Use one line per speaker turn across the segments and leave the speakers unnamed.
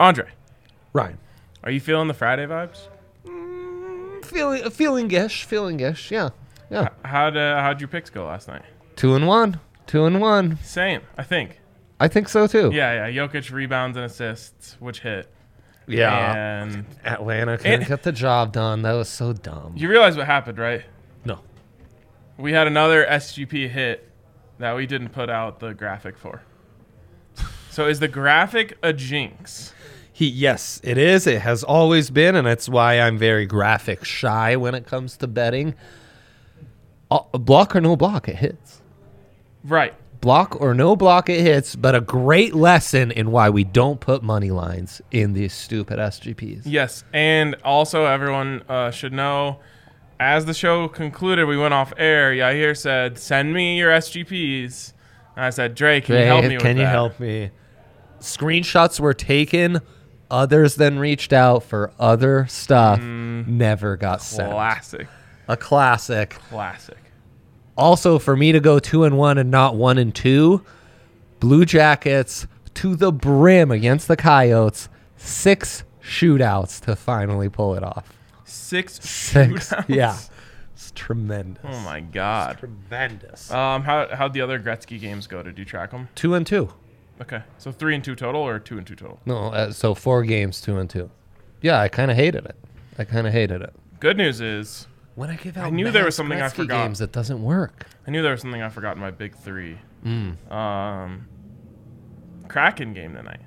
Andre,
Ryan.
are you feeling the Friday vibes?
Feeling, feeling ish, feeling ish. Yeah, yeah.
How'd uh, how'd your picks go last night?
Two and one, two and one.
Same, I think.
I think so too.
Yeah, yeah. Jokic rebounds and assists, which hit.
yeah.
And
Atlanta couldn't
And-
get the job done. That was so dumb.
you realize what happened, right?
no.
We had another SGP hit that we didn't put out the graphic for. So is the graphic a jinx?
He yes, it is. It has always been, and that's why I'm very graphic shy when it comes to betting. Uh, block or no block, it hits.
Right.
Block or no block, it hits. But a great lesson in why we don't put money lines in these stupid SGPs.
Yes, and also everyone uh, should know. As the show concluded, we went off air. Yair said, "Send me your SGPs." And I said, "Dre, can you help
Dave,
me with
can you
that?"
help me? Screenshots were taken. Others then reached out for other stuff. Never got sent.
Mm. Classic,
A classic.
classic.
Also, for me to go two and one and not one and two, Blue Jackets to the brim against the Coyotes. Six shootouts to finally pull it off.
Six,
Six.
shootouts.
Yeah. It's tremendous.
Oh my god.
Tremendous.
Um, how how'd the other Gretzky games go? Did you track them?
two and two.
Okay, so three and two total, or two and two total.
No, uh, so four games, two and two. Yeah, I kind of hated it. I kind of hated it.
Good news is,
When I give out,
knew there
Max
was something I
Gretzky
forgot.
Games that doesn't work.
I knew there was something I forgot in my big three.
Mm.
Um, Kraken game tonight.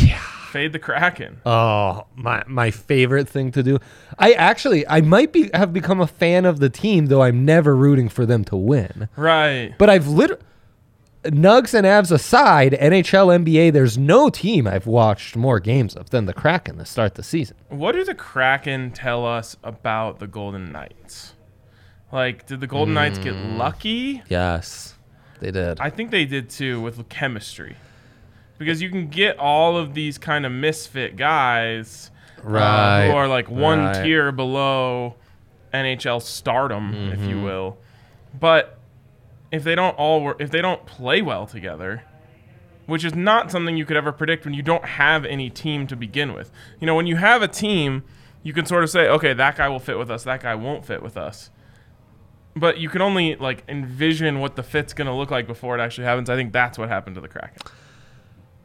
Yeah.
Fade the Kraken.
Oh, my my favorite thing to do. I actually I might be have become a fan of the team, though I'm never rooting for them to win.
Right.
But I've lit Nugs and Avs aside, NHL, NBA. There's no team I've watched more games of than the Kraken to start the season.
What do the Kraken tell us about the Golden Knights? Like, did the Golden Knights get lucky?
Yes, they did.
I think they did too with chemistry. Because you can get all of these kind of misfit guys uh,
Right,
who are like one
right.
tier below NHL stardom, if
Mm-hmm.
you will. But if they don't all work, if they don't play well together, which is not something you could ever predict when you don't have any team to begin with. You know, when you have a team, you can sort of say, okay, that guy will fit with us, that guy won't fit with us. But you can only like envision what the fit's going to look like before it actually happens. I think that's what happened to the Kraken.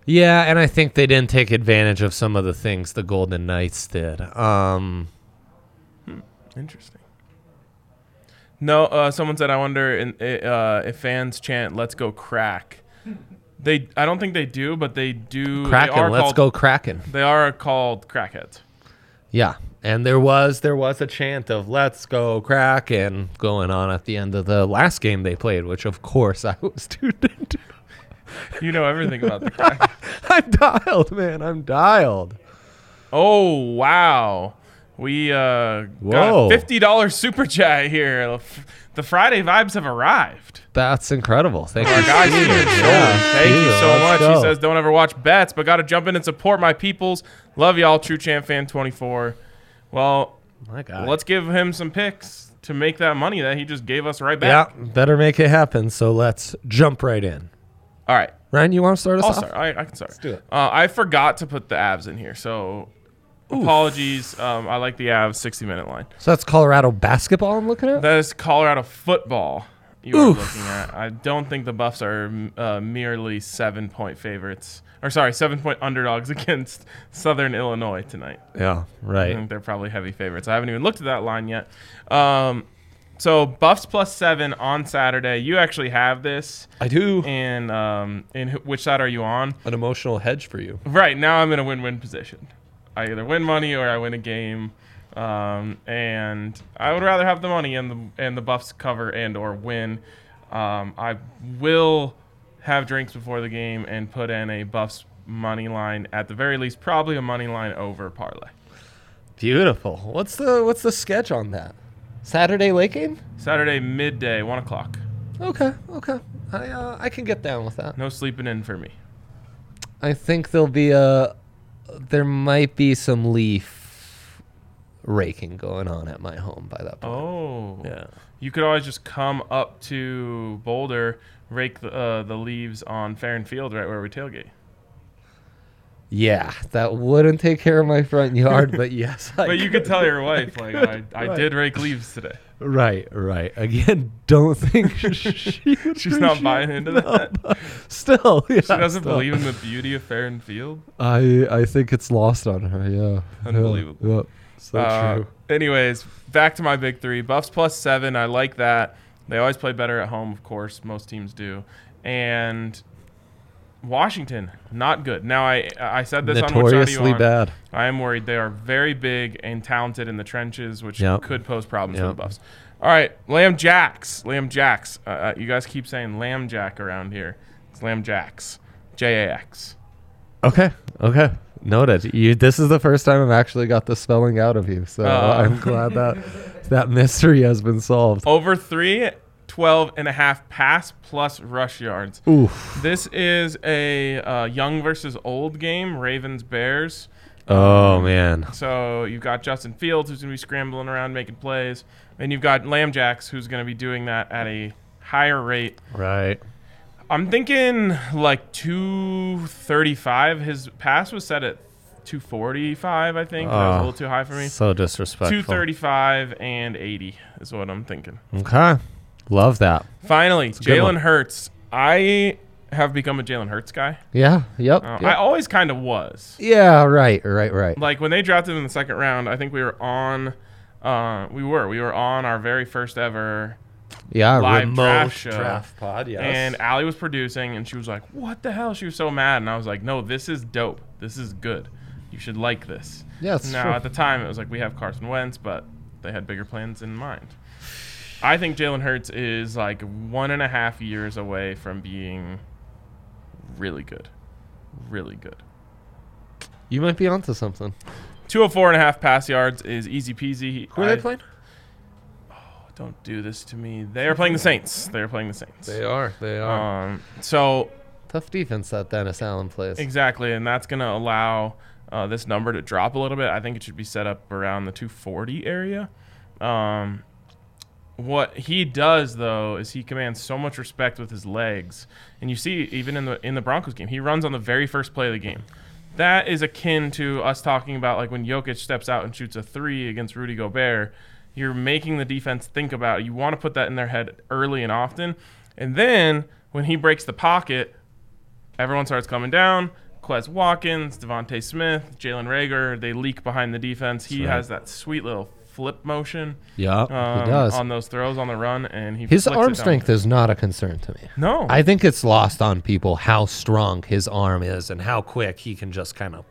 Yeah, and I think they didn't take advantage of some of the things the Golden Knights did. Um,
Interesting. No, uh, someone said, I wonder in, uh, if fans chant "Let's go crack." They, I don't think they do, but they do. they are
Kraken, let's
called,
go Kraken.
They are called crackheads.
Yeah, and there was there was a chant of "Let's go Kraken" going on at the end of the last game they played, which of course I was tuned into.
You know everything about the Kraken.
I'm dialed, man. I'm dialed.
Oh wow, we uh, got
Whoa.
a fifty dollars super chat here. The Friday vibes have arrived.
That's incredible. Thank you.
Our guy Steven Jones, thank you
Steven,
so
let's
much.
go.
He says, "Don't ever watch bets, but got to jump in and support my peoples. Love y'all, True Champ Fan Twenty Four. Well,
My God.
let's give him some picks to make that money that he just gave us right
yeah,
back.
better make it happen. So let's jump right in.
All right,
Ryan, you want to start us
I'll
off?
start. I, I can start. Let's
do it.
Uh, I forgot to put the abs in here, so apologies. Um, I like the abs sixty minute line.
So that's Colorado basketball I'm looking at?
That is Colorado football you are looking at. I don't think the Buffs are uh, merely seven point favorites, or sorry, seven point underdogs against Southern Illinois tonight.
yeah,
I
right.
think they're probably heavy favorites. I haven't even looked at that line yet. Um, so Buffs plus seven on Saturday. You actually have this.
I do
And um, in wh- which side are you on?
an emotional hedge for you.
Right now, I'm in a win-win position. I either win money or I win a game, um, and I would rather have the money and the and the Buffs cover and or win. Um, I will have drinks before the game and put in a Buffs money line at the very least, probably a money line over parlay.
Beautiful. What's the what's the sketch on that? Saturday late game?
Saturday midday, one o'clock.
Okay, okay. I uh, I can get down with that.
No sleeping in for me.
I think there'll be a there might be some leaf raking going on at my home by that point.
Oh, You could always just come up to Boulder, rake the uh, the leaves on Fair and Field, right where we tailgate.
Yeah, that wouldn't take care of my front yard, but yes. I
But you could tell your wife, like, I, I did rake leaves today.
Right, right. Again, don't think she would
She's not
appreciate-
buying into
No,
that.
but Still, yeah,
She doesn't believe in the beauty of fair and field.
I I think it's lost on her. Yeah, Yeah,
Unbelievable.
Yeah, so
Uh,
true.
Anyways, back to my big three. Buffs plus seven. I like that. They always play better at home, of course. Most teams do. And Washington, not good. Now I I said this on which side are
Notoriously
you on?
bad.
I am worried they are very big and talented in the trenches, which
Yep.
could pose problems for
Yep.
the Buffs. All right, Lamb Jacks, Lamb Jacks. Uh, Uh, you guys keep saying Lamb Jack around here. It's Lamb Jacks, J A X.
Okay, okay. Noted. You. This is the first time I've actually got the spelling out of you, so
Uh.
I'm glad that that mystery has been solved.
Over three, 12 and a half pass plus rush yards.
Oof.
This is a uh, young versus old game, Ravens Bears.
Oh man.
So you've got Justin Fields who's going to be scrambling around making plays, and you've got Lamb Jacks who's going to be doing that at a higher rate
Right.
I'm thinking like 235. His pass was set at 245, I think. that was a
Oh,
little too high for me.
So disrespectful.
235 and 80 is what I'm thinking.
Okay. Love that.
Finally,
a good one.
Jalen Hurts. I have become a Jalen Hurts guy.
Yeah. Yep.
Uh,
yep.
I always kind of was.
yeah. Right. Right. Right.
Like when they drafted him in the second round, I think we were on. Uh, we were we were on our very first ever
Yeah.
live
remote
draft show.
pod. Yes.
And Allie was producing, and she was like, "What the hell?" She was so mad, and I was like, "No, this is dope. This is good. You should like this."
Yeah, it's
Now
true.
at the time, it was like we have Carson Wentz, but they had bigger plans in mind. I think Jalen Hurts is like one and a half years away from being really good, really good.
you might be onto something.
204 and a half pass yards is easy peasy.
Who are
I-
they playing?
Don't do this to me. They are playing the Saints. They are playing the Saints.
are. They
Um, so
Tough defense that Dennis Allen plays.
Exactly, and that's going to allow uh, this number to drop a little bit. I think it should be set up around the 240 area. Um, what he does though is he commands so much respect with his legs, and you see even in the in the Broncos game, he runs on the very first play of the game. That is akin to us talking about like when Jokic steps out and shoots a three against Rudy Gobert. You're making the defense think about it. You want to put that in their head early and often, and then when he breaks the pocket, Everyone starts coming down. Quez Watkins, Devontae Smith, Jalen Rager, they leak behind the defense. He has that sweet little flip motion
Yeah,
um,
he does.
on those throws on the run, and he
his
flicks it
arm
down.
strength is not a concern to me.
No,
I think it's lost on people how strong his arm is and how quick he can just kind of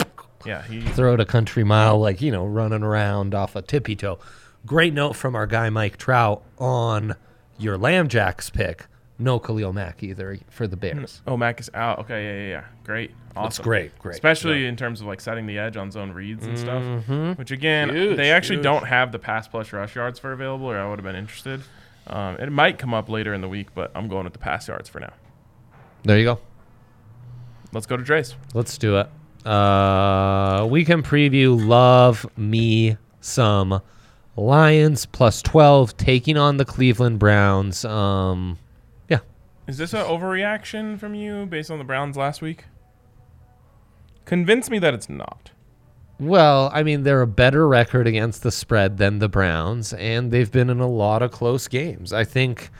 yeah, he
throw it a country mile, like, you know, running around off a tippy toe. Great note from our guy Mike Trout on your Lamb Jacks pick. No Khalil Mack either for the Bears.
Oh, Mac is out. Okay, yeah, yeah, yeah. Great. Awesome.
That's great, great.
Especially in terms of like setting the edge on zone reads and
Mm-hmm.
stuff. Which again,
Huge,
they actually
huge.
don't have the pass plus rush yards for available, or I would have been interested. Um, it might come up later in the week, but I'm going with the pass yards for now.
There you go.
Let's go to Dre's.
Let's do it. Uh, we can preview Love Me Some Lions plus 12 taking on the Cleveland Browns. Um, yeah.
Is this an overreaction from you based on the Browns last week? Convince me that it's not.
Well, I mean, they're a better record against the spread than the Browns, and they've been in a lot of close games. I think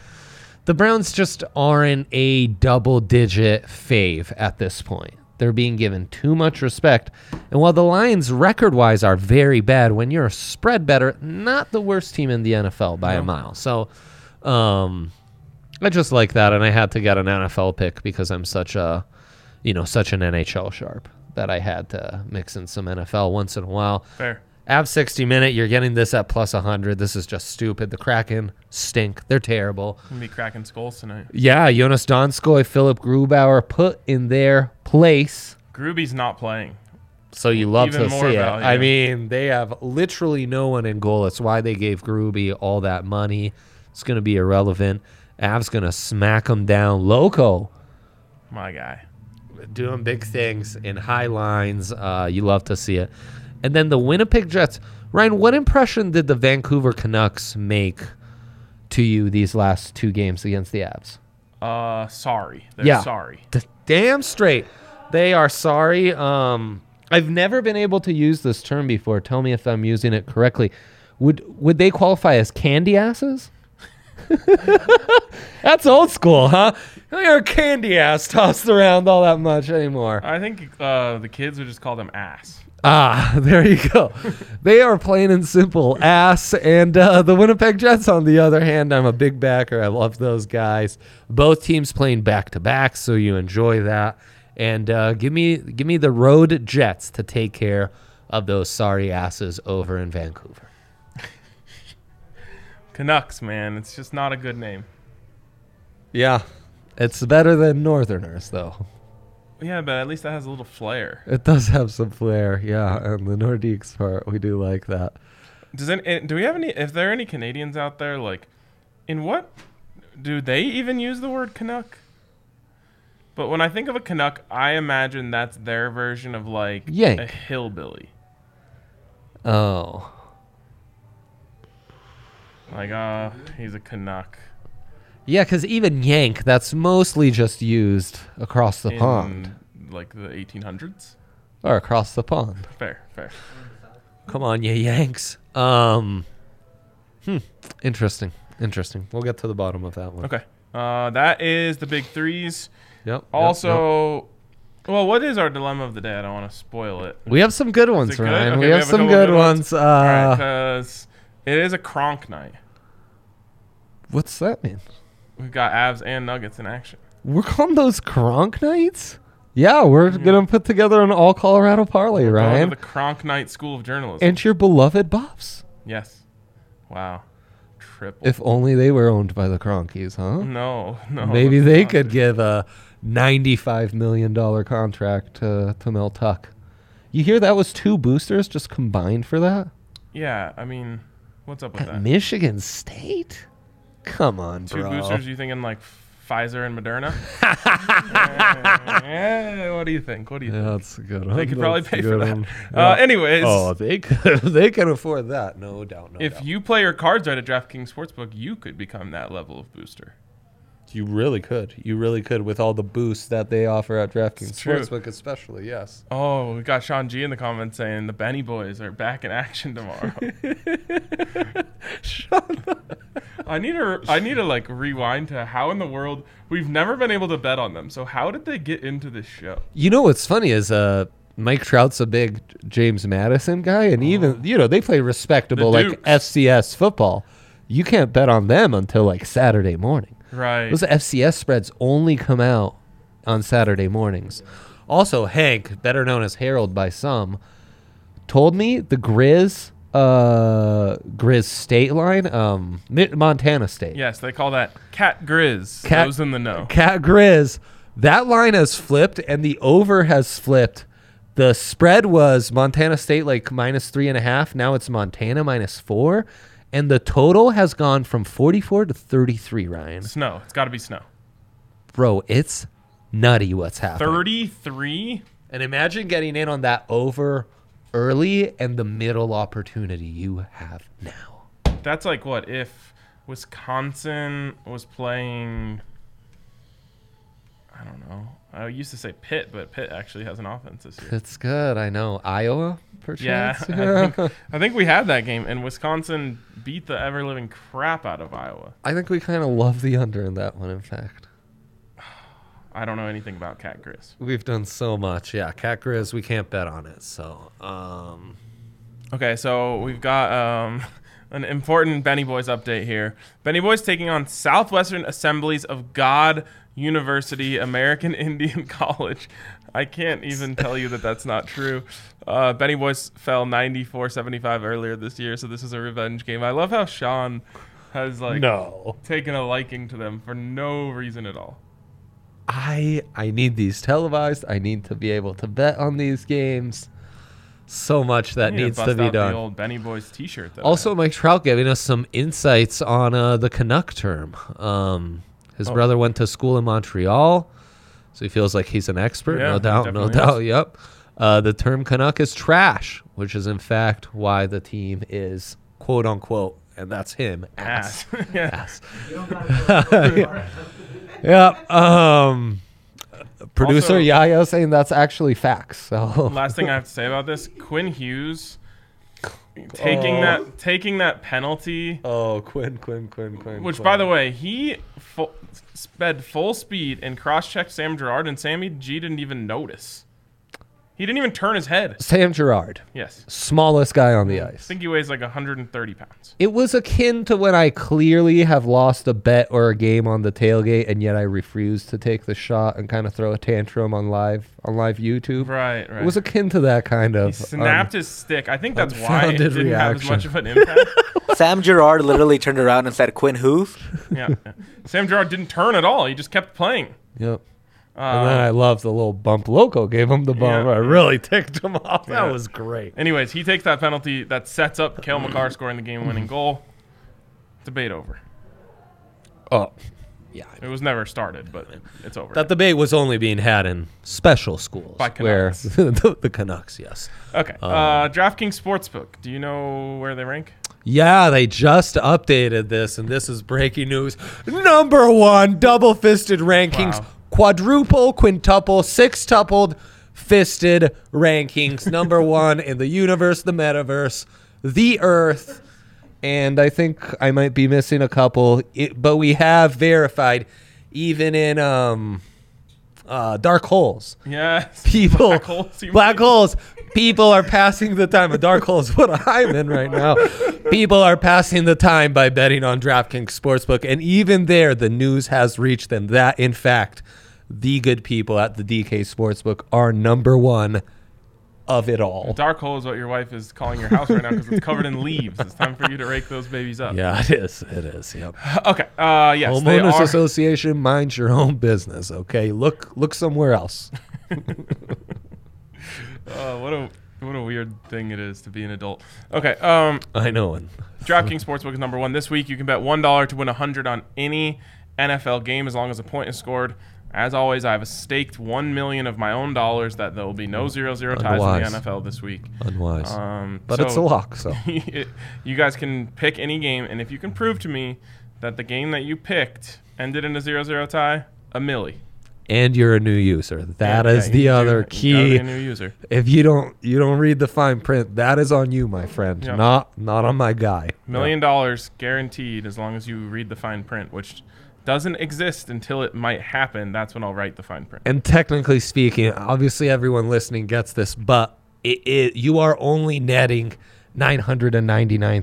the Browns just aren't a double digit fave at this point. They're being given too much respect. And while the Lions record wise are very bad, when you're a spread better, not the worst team in the NFL by a mile. So um I just like that and I had to get an NFL pick because I'm such a you know, such an NHL sharp that I had to mix in some NFL once in a while.
Fair.
Av 60 minute, you're getting this at plus 100. This is just stupid. The Kraken stink. They're terrible.
Gonna be cracking skulls tonight.
Yeah, Jonas Donskoy, Philip Grubauer put in their place.
Groovy's not playing.
So you love
Even
to
more
see it.
value.
I mean, they have literally no one in goal. It's why they gave Gruby all that money. It's going to be irrelevant. Av's going to smack them down. Loco
My guy.
doing big things in high lines. Uh, you love to see it. And then the Winnipeg Jets. Ryan, what impression did the Vancouver Canucks make to you these last two games against the Avs?
Uh, sorry. They're
Yeah.
sorry.
D- damn straight. They are sorry. Um, I've never been able to use this term before. Tell me if I'm using it correctly. Would would they qualify as candy asses? That's old school, huh? You're candy ass tossed around all that much anymore.
I think uh, the kids would just call them ass.
Ah, there you go. they are plain and simple ass. And uh, the Winnipeg Jets, on the other hand, I'm a big backer. I love those guys. Both teams playing back to back, so you enjoy that. And uh, give me give me the road Jets to take care of those sorry asses over in Vancouver.
Canucks, man. It's just not a good name.
Yeah, it's better than Northerners though.
Yeah, but at least that has a little flair.
It does have some flair. Yeah, and the Nordiques part, we do like that.
Does any, eh, do we have any? If there are any Canadians out there, like, in what do they even use the word Canuck? But when I think of a Canuck, I imagine that's their version of like
Yank.
a hillbilly.
Oh,
Like, uh, he's a Canuck.
Yeah, because even yank, that's mostly just used across the
in,
pond
Like the 1800s.
or across the pond.
Fair, fair.
Come on, you yanks. Um, hmm, interesting, interesting. We'll get to the bottom of that one.
Okay. Uh, that is the big threes.
Yep. yep, yep.
Also, well, what is our dilemma of the day? I don't want to spoil it.
we have some good ones,
good?
Ryan.
Okay,
we, have
a
some
couple
good ones. Uh,
because it is a Kronk night.
what's that mean?
We've got Avs and Nuggets in action.
We're calling those Kronk nights. Yeah, we're gonna put together an all Colorado parlay,
Mm-hmm. Going to
Ryan,
the Kronk Night School of Journalism.
and your beloved Buffs.
yes. Wow. Triple.
If only they were owned by the Cronkies, huh?
no, no.
Maybe
Oh, that's
they
not
could
it.
give a ninety-five million dollar contract to to Mel Tuck. You hear that was two boosters just combined for that?
Yeah, I mean, what's up with
At
that?
Michigan State? Come on,
Two
bro.
boosters, you thinking like Pfizer and Moderna? Eh, what do you think? What do you think?
That's a good one.
They could probably
That's a
pay for
good
that.
one.
Uh,
Yeah.
anyways,
oh, they could. They can afford that, no doubt. No
if
doubt.
you play your cards right at DraftKings Sportsbook, you could become that level of booster.
you really could, you really could with all the boosts that they offer at DraftKings
It's true.
Sportsbook, especially. Yes.
Oh, we got Sean G in the comments saying the Benny boys are back in action tomorrow. I need to I need to like rewind to how in the world we've never been able to bet on them. So how did they get into this show?
You know what's funny is uh Mike Trout's a big James Madison guy, and even you know they play respectable
Oh. The
like
Dukes.
FCS football. You can't bet on them until like Saturday morning.
Right.
Those FCS spreads only come out on Saturday mornings. Also, Hank, better known as Harold by some, told me the Grizz uh Grizz state line? Um Mi- Montana State.
Yes, they call that Cat Grizz.
Cat-
Those in the know.
Cat Grizz, that line has flipped and the over has flipped. The spread was Montana State like minus three and a half. Now it's Montana minus four. And the total has gone from 44 to 33, Ryan.
Snow. It's got to be snow.
Bro, it's nutty what's happening.
33?
And imagine getting in on that over early and the middle opportunity you have now.
That's like what if Wisconsin was playing. I don't know. I used to say Pitt, but Pitt actually has an offense this year.
That's good. I know. Iowa,
Yeah,
perchance?
I think, I think we had that game, and Wisconsin beat the ever living crap out of Iowa.
I think we kind of love the under in that one, in fact.
I don't know anything about Cat Grizz.
We've done so much. Yeah, Cat Grizz, we can't bet on it. So, um,
Okay, so we've got um, an important Benny Boys update here. Benny Boys taking on Southwestern Assemblies of God University American Indian College. I can't even tell you that that's not true. Uh, Benny Boys fell 94 75 earlier this year, so this is a revenge game. I love how Sean has like
no.
taken a liking to them for no reason at all.
I I need these televised. I need to be able to bet on these games. So much that
I need
needs
bust
to be
out
done.
The old Benny Boys T-shirt. That I
Also, Mike Trout giving us some insights on uh, the Canuck term. Um, his
Oh.
brother went to school in Montreal, so he feels like he's an expert.
Yeah,
no
he
doubt, no
definitely
doubt. Yep. Uh, the term Canuck is trash, which is in fact why the team is quote unquote, and that's him
have. yeah.
ass. Yep. Um, producer
Also-
Yayo saying that's actually facts. So
Last thing I have to say about this, Quinn Hughes taking
Oh.
that taking that penalty,
oh, Quinn, Quinn, Quinn, Quinn.
which by the way, he fu- sped full speed and cross-checked Sam Gerard and Sammy G didn't even notice. He didn't even turn his head.
Sam Gerard,
Yes. I
smallest guy on the ice.
think he weighs like 130 pounds.
It was akin to when I clearly have lost a bet or a game on the tailgate, and yet I refuse to take the shot and kind of throw a tantrum on live on live YouTube.
Right, right.
It was akin to that kind of. um,
he snapped his stick. I think that's why it
unfounded
didn't have as
reaction.
much of an impact.
Sam Gerard literally turned around and said, Quinn Hughes?
yeah, yeah. Sam Gerard didn't turn at all. He just kept playing.
Um, yep. and then I loved the little bump loco gave him the bump.
Uh, Yeah.
I really ticked him off.
Yeah.
That was great.
Anyways, he takes that penalty that sets up Kale McCarr scoring the game-winning goal. Debate over.
Oh, yeah.
It was never started, but it's over.
That debate was only being had in special schools,
By
where
Canucks.
the, the Canucks, yes.
okay. Uh, DraftKings Sportsbook. Do you know where they rank?
Yeah, they just updated this, and this is breaking news. Number one, double fisted rankings,
Wow.
quadruple, quintuple, sextupled fisted rankings. Number one in the universe, the metaverse, the earth. And I think I might be missing a couple, it, but we have verified, even in um, uh, dark holes
Yes.
people
Black holes, you
black
mean?
holes people are passing the time a dark hole is what i'm in right now people are passing the time by betting on draftkings sportsbook and even there the news has reached them that in fact the good people at the dk sportsbook are number one of it all
Dark hole is what your wife is calling your house right now because it's covered in leaves. It's time for you to rake those babies up.
yeah it is it is yep
Okay. Uh, yes. they
homeowners
are-
association mind your own business okay look look somewhere else
uh, what a what a weird thing it is to be an adult. Okay. Um,
i know and
DraftKings Sportsbook is number one this week. You can bet one dollar to win hundred on any NFL game as long as a point is scored. As always, I've staked one million of my own dollars that there will be no zero-zero ties
Mm. Otherwise.
in the NFL this week.
unwise
Um,
but
so
it's a lock so
you guys can pick any game, and if you can prove to me that the game that you picked ended in a zero-zero tie, a milli.
and you're a new user That is
Yeah,
the
you gotta
other
be- you gotta be
key
a new user.
if you don't you don't read the fine print that is on you my friend
Yeah.
not not on my guy
Million dollars guaranteed as long as you read the fine print, which doesn't exist until it might happen. That's when I'll write the fine print.
and technically speaking obviously everyone listening gets this but it, it you are only netting nine hundred and ninety nine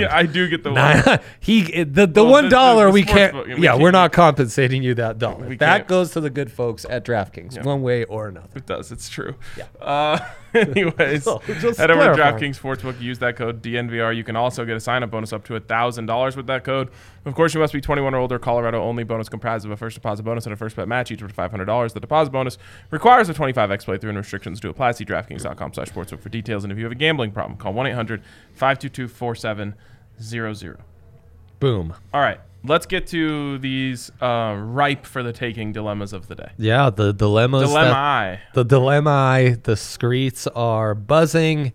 Yeah, I do get the one.
Nine- he the the
Well,
one
the- the-
dollar
the
we
sports
can't.
book, yeah,
yeah,
we
we
can't-
are not compensating you that dollar.
We
that
can't.
goes to the good folks at DraftKings, one way or another.
It does. It's true. Yeah. Uh, anyways,
So, just
head over to
clarifying.
DraftKings Sportsbook. Use that code DNVR. You can also get a sign-up bonus up to thousand dollars with that code. Of course, you must be 21 or older. Colorado only. Bonus comprised of a first deposit bonus and a first bet match, each worth $500. The deposit bonus requires a 25x playthrough, and restrictions do apply. See DraftKings.com/sportsbook for details. And if you have a gambling problem, call 1-800-522-4700.
Boom.
All right, let's get to these uh, ripe for the taking dilemmas of the day.
Yeah, the dilemmas.
Dilemma.
that-
I.
the dilemma. The streets are buzzing,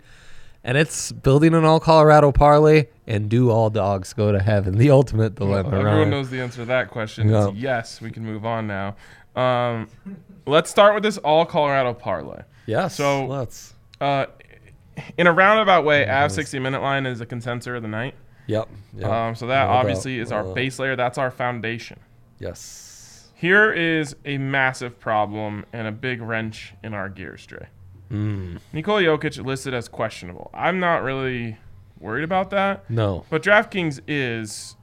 and it's building an all Colorado parlay. And do all dogs go to heaven? The ultimate dilemma.
Everyone
Ryan.
knows the answer to that question.
uh, Yeah.
It's yes, we can move on now. Um, let's start with this all Colorado parlay.
Yes.
So-
let's.
Uh, in a roundabout way,
Mm-hmm.
Av 60 minute line is a consensor of the night.
Yep. yep.
Um, so that
No doubt.
obviously is our
Uh,
base layer. That's our foundation.
Yes.
Here is a massive problem and a big wrench in our gears, Dre.
Mm.
Nikola Jokic listed as questionable. I'm not really worried about that.
No.
But DraftKings is,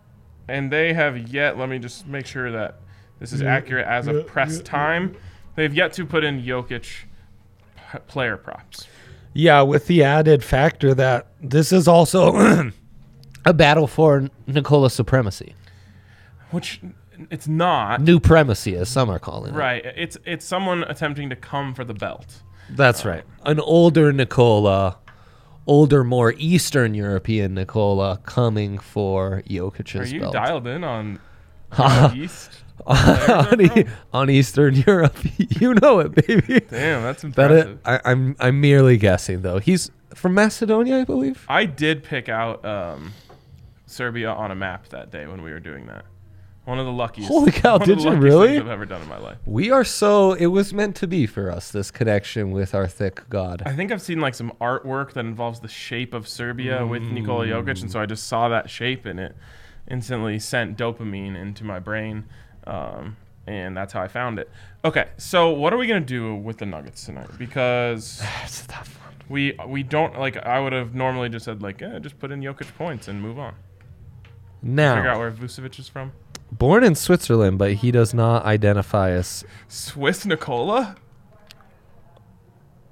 and they have yet. Let me just make sure that this is accurate as of press time. They've yet to put in Jokic p- player props.
Yeah, with the added factor that this is also a battle for Nicola supremacy,
Which it's not
new premacy, as some are calling it.
right. It's it's someone attempting to come for the belt.
That's right. An older Nicola, older, more Eastern European Nicola, coming for Jokic's
Are you
belt
dialed in on the East?
on, E- on Eastern Europe. you know it, baby.
Damn, that's
That
impressive.
it, I, I'm I'm merely guessing though. He's from Macedonia, I believe.
I did pick out um, Serbia on a map that day when we were doing that. One of the luckiest.
Holy cow,
one of
did
the
you
luckiest
really?
things I've ever done in my life.
We are so. It was meant to be for us. This connection with our thick god.
I think I've seen like some artwork that involves the shape of Serbia with Nikola
Mm.
Jokic, and so I just saw that shape and it instantly sent dopamine into my brain, um, and that's how I found it. Okay, so what are we gonna do with the Nuggets tonight? Because
That's a tough one.
we we don't like I would have normally just said like eh, just put in Jokic points and move on.
Now,
Figure out where Vucevic is from.
born in Switzerland, but he does not identify as
Swiss Nikola.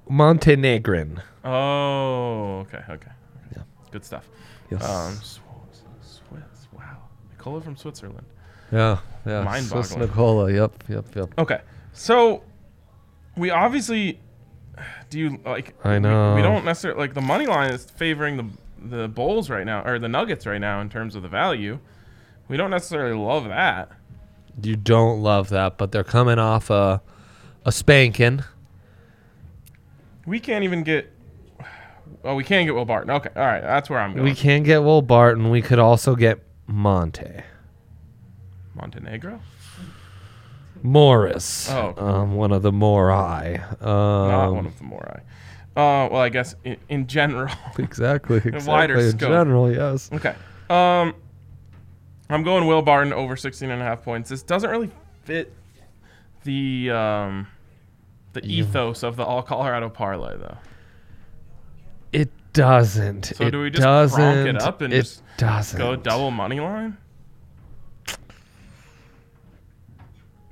Montenegrin.
Oh, okay, okay,
Yeah.
good stuff.
Yes.
Um, Swiss, Swiss, wow, Nikola from Switzerland.
yeah. Yeah.
mind-boggling.
Swiss Nicola. Yep. Yep. Yep.
Okay, so we obviously do you like?
I
we-
know.
we, don't necessarily like the money line is favoring the the Bulls right now or the Nuggets right now in terms of the value. We don't necessarily love that.
You don't love that, but they're coming off a a spanking.
We can't even get. Oh, we can't get Will Barton. Okay, all right, that's where I'm going.
We can get Will Barton. We could also get Monte
Montenegro.
Morris.
Oh.
Um, one of the Morai. Um,
Not one of the Morai. Uh, well, I guess in, in general.
exactly. exactly.
wider
in
scope.
general, yes.
Okay. Um, I'm going Will Barton over 16 and a half points. This doesn't really fit the um, the ethos of the all Colorado parlay though.
It doesn't.
So
it
do we just cronk it
doesn't.
up and
it
just
doesn't.
Go double money line.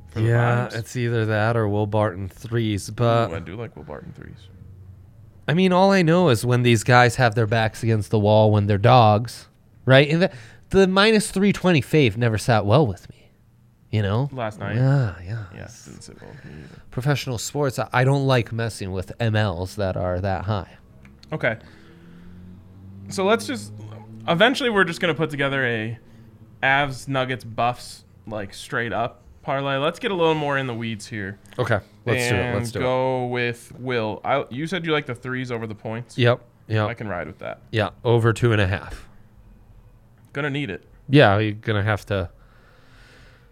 For the
Yeah,
vibes?
it's either that or Will Barton threes. But
Ooh, I do like Will Barton threes.
I mean, all I know is when these guys have their backs against the wall when they're dogs, right? And the, the minus 320 fave never sat well with me, you know?
Last night.
Yeah, yeah.
Yes, didn't sit well with me either.
Professional sports, I, I don't like messing with MLs that are that high.
Okay. So let's just. Eventually, we're just gonna put together a Avs Nuggets Buffs like straight up parlay. Let's get a little more in the weeds here.
Okay,
and go with Will. I, you said you like the threes over the points.
Yep, yep,
I can ride with that.
yeah. Over two and a half.
Gonna need it.
Yeah, you're gonna have to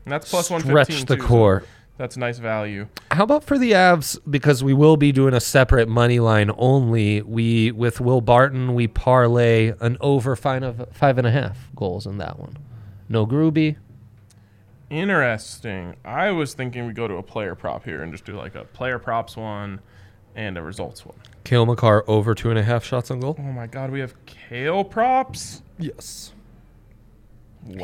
And that's plus one
stretch the core.
that's nice value.
How about for the Avs? Because we will be doing a separate money line only. We with Will Barton, we parlay an over five of five and a half goals in that one. No Groovy.
Interesting. I was thinking we go to a player prop here and just do like a player props one, and a results one.
Kale McCarr over two and a half shots on goal.
Oh my God, we have Kale props.
Yes.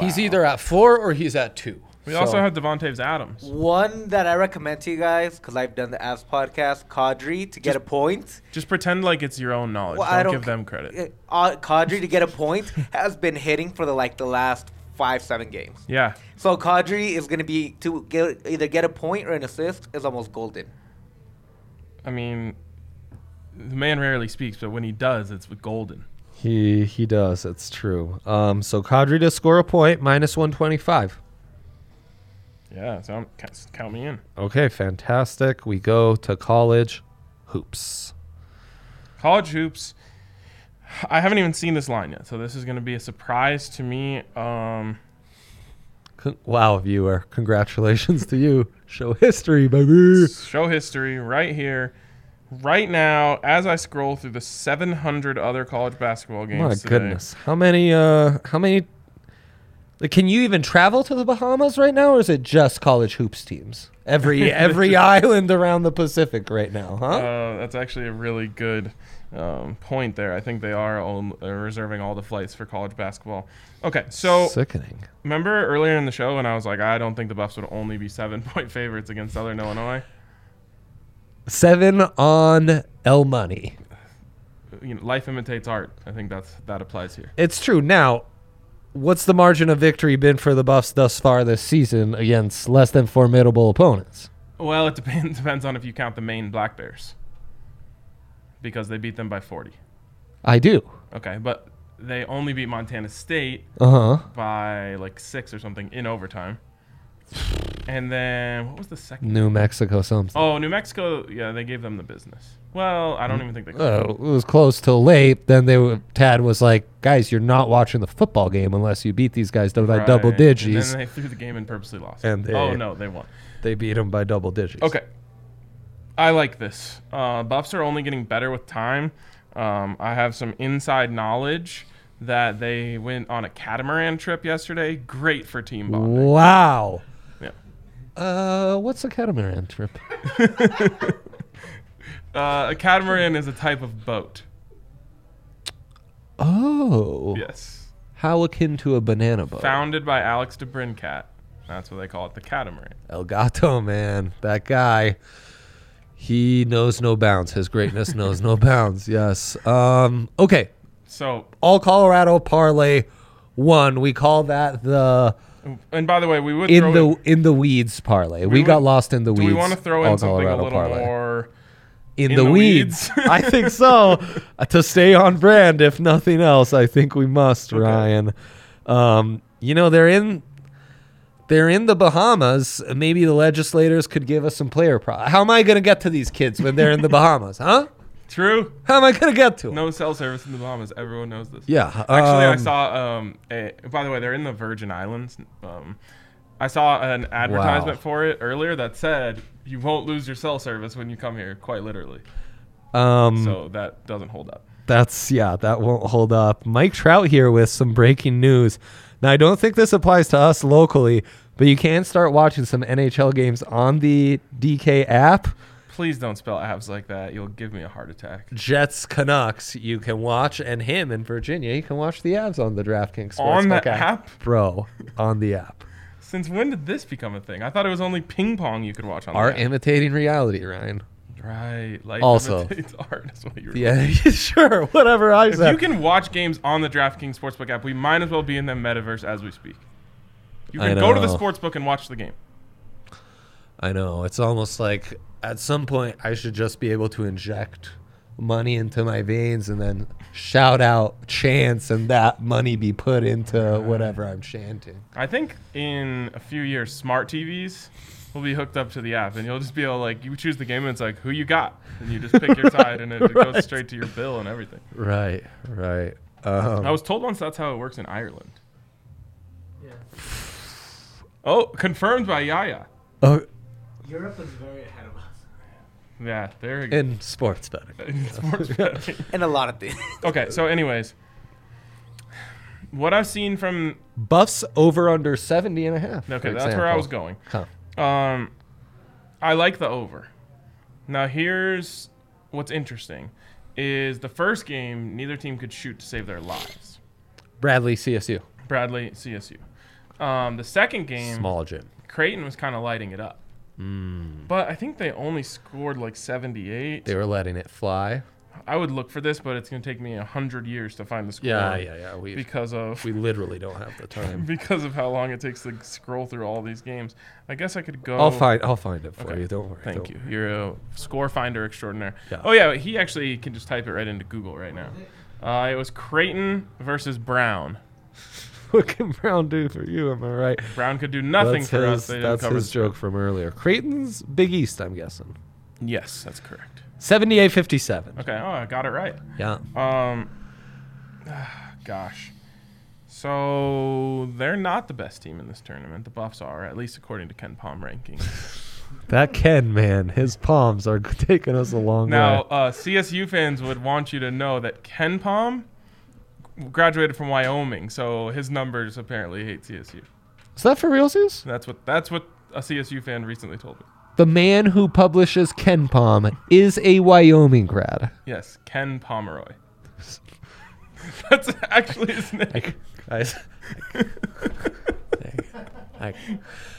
He's either at four or he's at two.
We
So-
also have Devontae's Adams.
One that I recommend to you guys, because I've done the Avs podcast, Kadri to get a point.
Just pretend like it's your own knowledge.
Well,
don't,
I don't
give
c-
them credit.
Uh, Kadri to get a point has been hitting for the like the last five seven games.
yeah,
So Kadri is going to be to get, either get a point or an assist is almost golden.
I mean, the man rarely speaks, but when he does, it's with golden.
He he does. It's true. Um, so Kadri to score a point minus one twenty five.
Yeah, so I'm, count- count me in.
Okay, fantastic. We go to college hoops.
College hoops. I haven't even seen this line yet, so this is going to be a surprise to me. Um,
Con- wow, viewer! Congratulations to you. Show history, baby.
show history right here, right now, as I scroll through the 700 other college basketball games.
My
today.
goodness, how many? Uh, how many? Like, can you even travel to the Bahamas right now, or is it just college hoops teams? Every every island around the Pacific right now, huh?
Uh, that's actually a really good um, point there. I think they are all, uh, reserving all the flights for college basketball. Okay, so
Sickening.
remember earlier in the show when I was like, I don't think the Buffs would only be seven point favorites against Southern Illinois.
Seven on El Money.
You know, life imitates art. I think that's that applies here.
It's true. Now, what's the margin of victory been for the Buffs thus far this season against less than formidable opponents?
Well, it depends depends on if you count the Maine Black Bears because they beat them by 40.
I do.
Okay, but they only beat Montana State
Uh huh.
by like six or something in overtime. And then what was the second?
New Mexico something.
Oh, New Mexico. Yeah, they gave them the business. Well, I don't even think they.
Oh, it was close till late. Then they were, Tad was like, "Guys, you're not watching the football game unless you beat these guys by double
Right.
digits."
And then they threw the game and purposely lost.
And they-
oh no, they won.
They beat them by double digits.
Okay. I like this. Uh, buffs are only getting better with time. Um, I have some inside knowledge that they went on a catamaran trip yesterday. Great for team bonding.
Wow.
Yeah.
Uh, what's a catamaran trip?
Uh, a catamaran is a type of boat.
Oh,
Yes.
how akin to a banana boat?
Founded by Alex DeBrincat. That's what they call it, the catamaran.
El Gato, man, that guy. He knows no bounds. His greatness knows no bounds. Yes. Um. Okay.
So,
All Colorado parlay one. We call that the
and by the way, we would
in
throw
the
in-
in the weeds parlay. We, got
would-
lost in the
do
weeds.
we want to throw in
All
something a
Colorado
little
parlay.
more?
in,
in
the,
the
weeds?
weeds?
I think so. Uh, to stay on brand, if nothing else, I think we must, Ryan. Um, you know they're in they're in the Bahamas. Maybe the legislators could give us some player pro. How am I going to get to these kids when they're in the Bahamas? Huh?
True.
How am I going to get to 'em?
No cell service in the Bahamas. Everyone knows this.
Yeah.
Actually, I
um,
saw. Um, a, by the way, they're in the Virgin Islands. Um, I saw an advertisement
Wow.
for it earlier that said you won't lose your cell service when you come here, quite literally.
Um,
So that doesn't hold up.
That's yeah, that won't hold up. Mike Trout here with some breaking news. Now I don't think this applies to us locally, but you can start watching some NHL games on the DK app.
Please don't spell abs like that. You'll give me a heart attack.
Jets Canucks, you can watch, and him in Virginia, you can watch the abs on the DraftKings Sportsbook
On the app?
bro, on the app.
Since when did this become a thing? I thought it was only ping pong you could watch on. the
Art
app.
imitating reality, Ryan.
right? Like
Also.
imitates art is what you were.
Yeah, sure, whatever I
If
said.
you can watch games on the DraftKings Sportsbook app, we might as well be in the metaverse as we speak. You
I
can go to the
know.
sportsbook and watch the game.
I know. It's almost like at some point I should just be able to inject money into my veins and then shout out chants and that money be put into whatever I'm chanting.
I think in a few years, smart TVs will be hooked up to the app, and you'll just be able like you choose the game, and it's like who you got, and you just pick your side, and it, it goes straight to your bill and everything.
Right, right.
I was told once that's how it works in Ireland. Yeah. Oh, confirmed by Yaya.
Oh,
Europe is very ahead of us.
Yeah, there you go.
in sports betting.
Sports betting.
And a lot of things.
okay, so anyways, what I've seen from
Buffs over under 70 and a half.
okay,
for
that's where I was
example.
going.
Huh.
Um, I like the over. Now here's what's interesting is the first game neither team could shoot to save their lives.
Bradley, CSU.
Bradley, CSU. Um, the second game,
Small gym.
Creighton was kind of lighting it up. But I think they only scored like 78.
They were letting it fly.
I would look for this, but it's going to take me 100 years to find the score.
Yeah,
Um,
yeah, yeah. We
Because of
we literally don't have the time.
because of how long it takes to scroll through all these games. I guess I could go
I'll find. I'll find it for
Okay.
you. Don't worry.
Thank
don't
you.
worry.
You're a score finder extraordinaire.
Yeah.
Oh yeah, he actually can just type it right into Google right now. Uh, it was Creighton versus Brown.
What can Brown do for you? Am I right?
Brown could do nothing
that's
for
his,
us. They didn't
that's
cover
his
the-
joke from earlier. Creighton's Big East, I'm guessing.
Yes, that's correct.
78 57.
Okay. Oh, I got it right.
Yeah.
Uh,
Um, gosh. So they're not the best team in this tournament. The Buffs are, at least according to Ken Palm rankings.
That Ken, man, his palms are taking us a long
Now,
way.
uh, CSU fans would want you to know that Ken Palm graduated from Wyoming, so his numbers apparently hate CSU.
Is that for real, Zeus?
That's what that's what a CSU fan recently told me.
The man who publishes Ken Palm is a Wyoming grad.
Yes, Ken Pomeroy. that's actually his name.
Guys,
Like,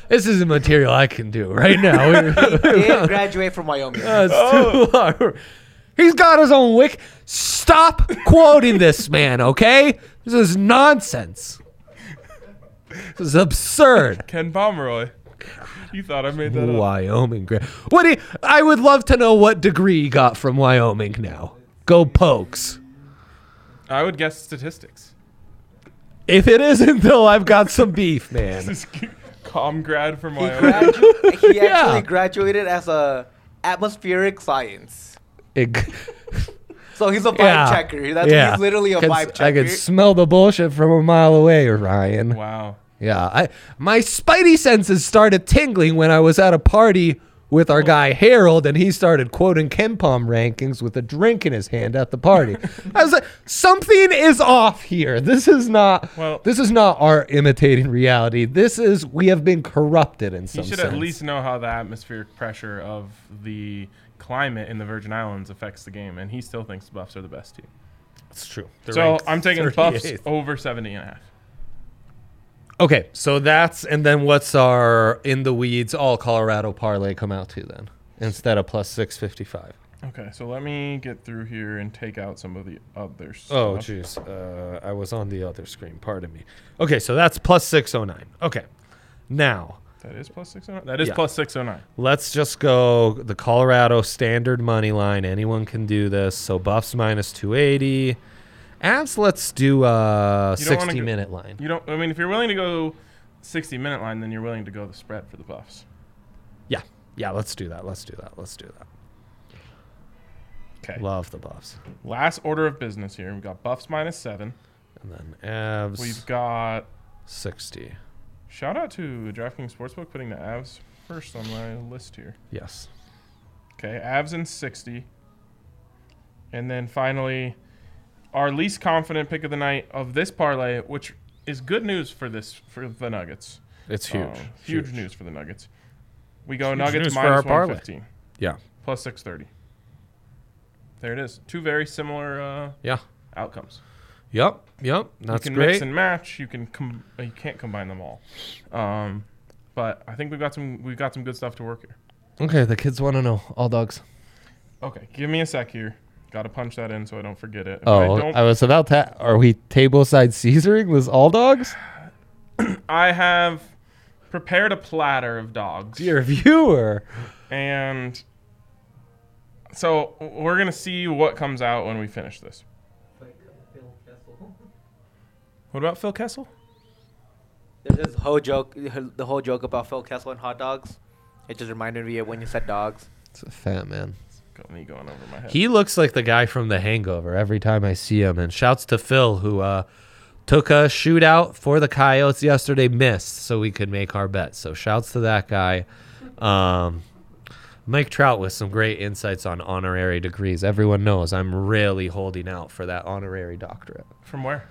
this is the material I can do right now. We're-
Did graduate from Wyoming.
Uh,
That's too hard. He's got his own wick. Stop quoting this man, okay? This is nonsense. This is absurd.
Ken Pomeroy. You thought I made that up?
Wyoming gra- What do you, I would love to know what degree he got from Wyoming now. Go pokes.
I would guess statistics.
If it isn't though, I've got some beef, man.
This com grad from
He,
Wyoming.
gradu- he
Yeah.
actually graduated as a atmospheric science.
It-
So he's a vibe
yeah.
checker. That's
yeah.
he's literally a
Can-
vibe checker.
I could smell the bullshit from a mile away, Ryan.
Wow.
Yeah, I my spidey senses started tingling when I was at a party with our guy Harold, and he started quoting Ken Palm rankings with a drink in his hand at the party. I was like, something is off here. This is not.
Well-
this is not art imitating reality. This is we have been corrupted in some
You should
sense.
at least know how the atmospheric pressure of the climate in the Virgin Islands affects the game, and he still thinks the Buffs are the best team.
it's true.
So I'm taking Buffs
38th.
over 70 and a half.
okay, so that's and then what's our in the weeds all Colorado parlay come out to then instead of plus six fifty five.
Okay, so let me get through here and take out some of the other stuff.
Oh, jeez. Uh, I was on the other screen. Pardon me. Okay, so that's plus 609. Okay. Now,
that is plus 609. That is
Yeah.
plus 609.
let's just go the Colorado standard money line. Anyone can do this. So buffs minus 280. Abs, let's do a
You don't wanna
60
go-
minute line.
You don't. I mean, if you're willing to go 60 minute line, then you're willing to go the spread for the Buffs.
Yeah. Yeah, let's do that. Let's do that. Let's do that.
Okay.
Love the buffs.
Last order of business here. We've got Buffs minus seven.
And then abs
We've got
60.
shout out to DraftKings Sportsbook putting the Avs first on my list here.
Yes.
Okay, Avs in 60. And then finally, our least confident pick of the night of this parlay, which is good news for this for the Nuggets.
It's huge.
Um, huge, news for the Nuggets. We go
Huge news
Nuggets
for our
minus
parlay.
115
Yeah.
plus 630. There it is. Two very similar uh,
Yeah.
outcomes.
Yep. Yep. That's
you can
great.
mix and match. You can com- uh, you can't combine them all. Um, but I think we've got some we've got some good stuff to work here.
okay, the kids want to know all dogs.
Okay, give me a sec here. Got to punch that in so I don't forget it. If
Oh,
I
I,
don't.
was about to. Are we table side Caesaring with all dogs?
I have prepared a platter of dogs,
Dear viewer,
and so we're gonna see what comes out when we finish this.
Like Phil Kessel.
What about Phil Kessel?
There's this whole joke, the whole joke about Phil Kessel and hot dogs. It just reminded me of when you said dogs.
it's a fat man.
Got me going over my head.
He looks like the guy from The Hangover every time I see him. And shouts to Phil who uh, took a shootout for the Coyotes yesterday, missed, so we could make our bet. So shouts to that guy. Um, Mike Trout with some great insights on honorary degrees. Everyone knows I'm really holding out for that honorary doctorate.
From where?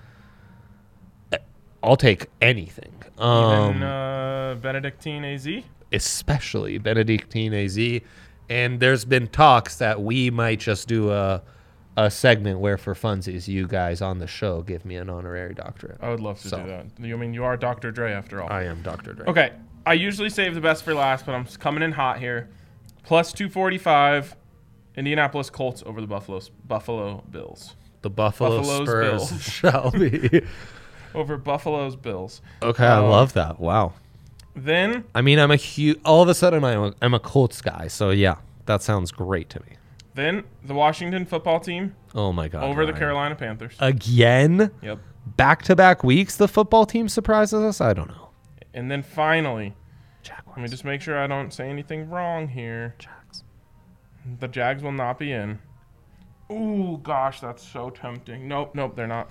I'll take anything. Um,
Even uh, Benedictine AZ.
especially Benedictine AZ. And there's been talks that we might just do a a segment where, for funsies, you guys on the show give me an honorary doctorate.
I would love to
So.
do that. You I mean you are Dr. Dre after all.
I am Dr. Dre.
Okay, I usually save the best for last, but I'm s- coming in hot here. Plus 245, Indianapolis Colts over the Buffalo Buffalo Bills.
The Buffalo
Buffalo's
Spurs
Bills.
shall be.
Over Buffalo's Bills.
okay, I love that. Wow.
Then
I mean, I'm a huge. All of a sudden, I'm a, I'm a Colts guy. So yeah, that sounds great to me.
then the Washington football team
Oh my god.
over the
Ryan.
Carolina Panthers.
again.
Yep.
Back to back weeks, the football team surprises us. I don't know.
And then finally, let me
Jaguars.
just make sure I don't say anything wrong here.
Jags.
The Jags will not be in. Ooh, gosh, that's so tempting. Nope, nope, they're not.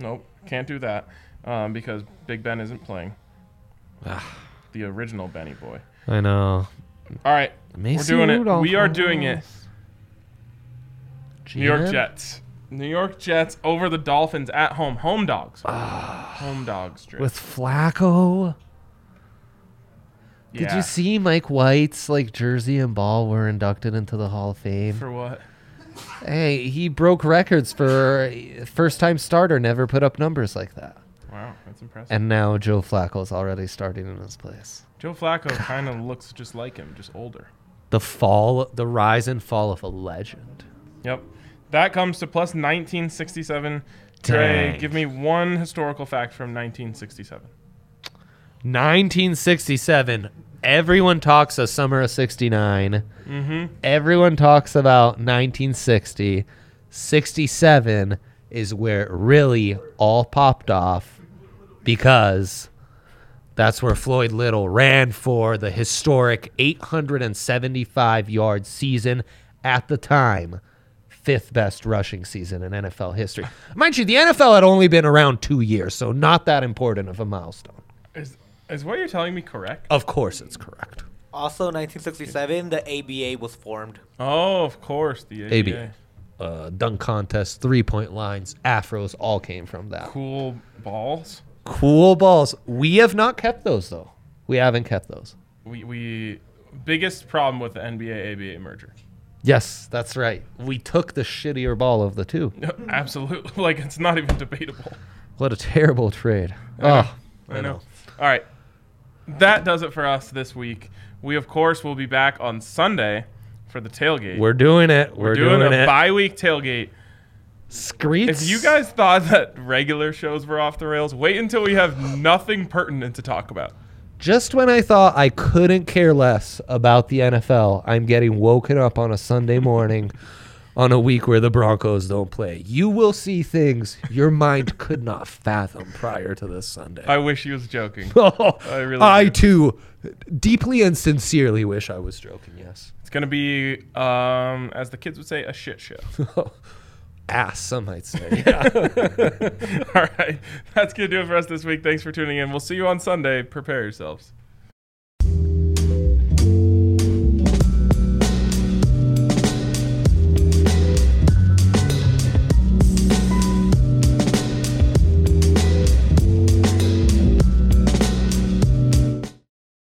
Nope, can't do that um, because Big Ben isn't playing.
Ah.
the original Benny boy.
I know.
All right,
Mason
we're doing
Rudolph.
it. We are doing it. New York
GM?
Jets. New York Jets over the Dolphins at home. Home dogs. home dogs. Drew.
Ah. with Flacco. Did
Yeah.
you see Mike White's like jersey and ball were inducted into the Hall of Fame?
For what?
Hey, he broke records for first time starter, never put up numbers like that.
Wow, that's impressive.
And now Joe Flacco's already starting in his place.
Joe Flacco kind of looks just like him, just older.
The fall, the rise and fall of a legend.
Yep. That comes to plus 1967. Dre,
Dang.
give me one historical fact from 1967.
1967. Everyone talks of summer of 69. Everyone talks about 1960. 67 is where it really all popped off because that's where Floyd Little ran for the historic 875 yard season at the time. Fifth best rushing season in NFL history. Mind you, the NFL had only been around two years, so not that important of a milestone.
Is is what you're telling me correct?
Of course, it's correct.
Also, 1967, the ABA was formed.
Oh, of course, the ABA.
ABA. Uh, dunk contests, three point lines, afros all came from that. Cool.
Cool balls.
balls. We have not kept those though. We haven't kept those.
We we biggest problem with the NBA ABA merger.
Yes, that's right. We took the shittier ball of the two.
Absolutely. Like it's not even debatable.
What a terrible trade. Oh,
I know. All right. That does it for us this week. We of course will be back on Sunday for the tailgate.
we're doing it. We're, doing,
doing, a
it.
bi week tailgate.
Screech.
If you guys thought that regular shows were off the rails, wait until we have nothing pertinent to talk about.
Just when I thought I couldn't care less about the NFL, I'm getting woken up on a Sunday morning on a week where the Broncos don't play. You will see things your mind could not fathom prior to this Sunday.
I wish he was joking.
Oh, I,
really do.
too deeply and sincerely wish I was joking, yes.
It's gonna be, um, as the kids would say, a shit show.
Ass, some might say. Yeah.
All right, that's gonna do it for us this week. Thanks for tuning in. We'll see you on Sunday. Prepare yourselves.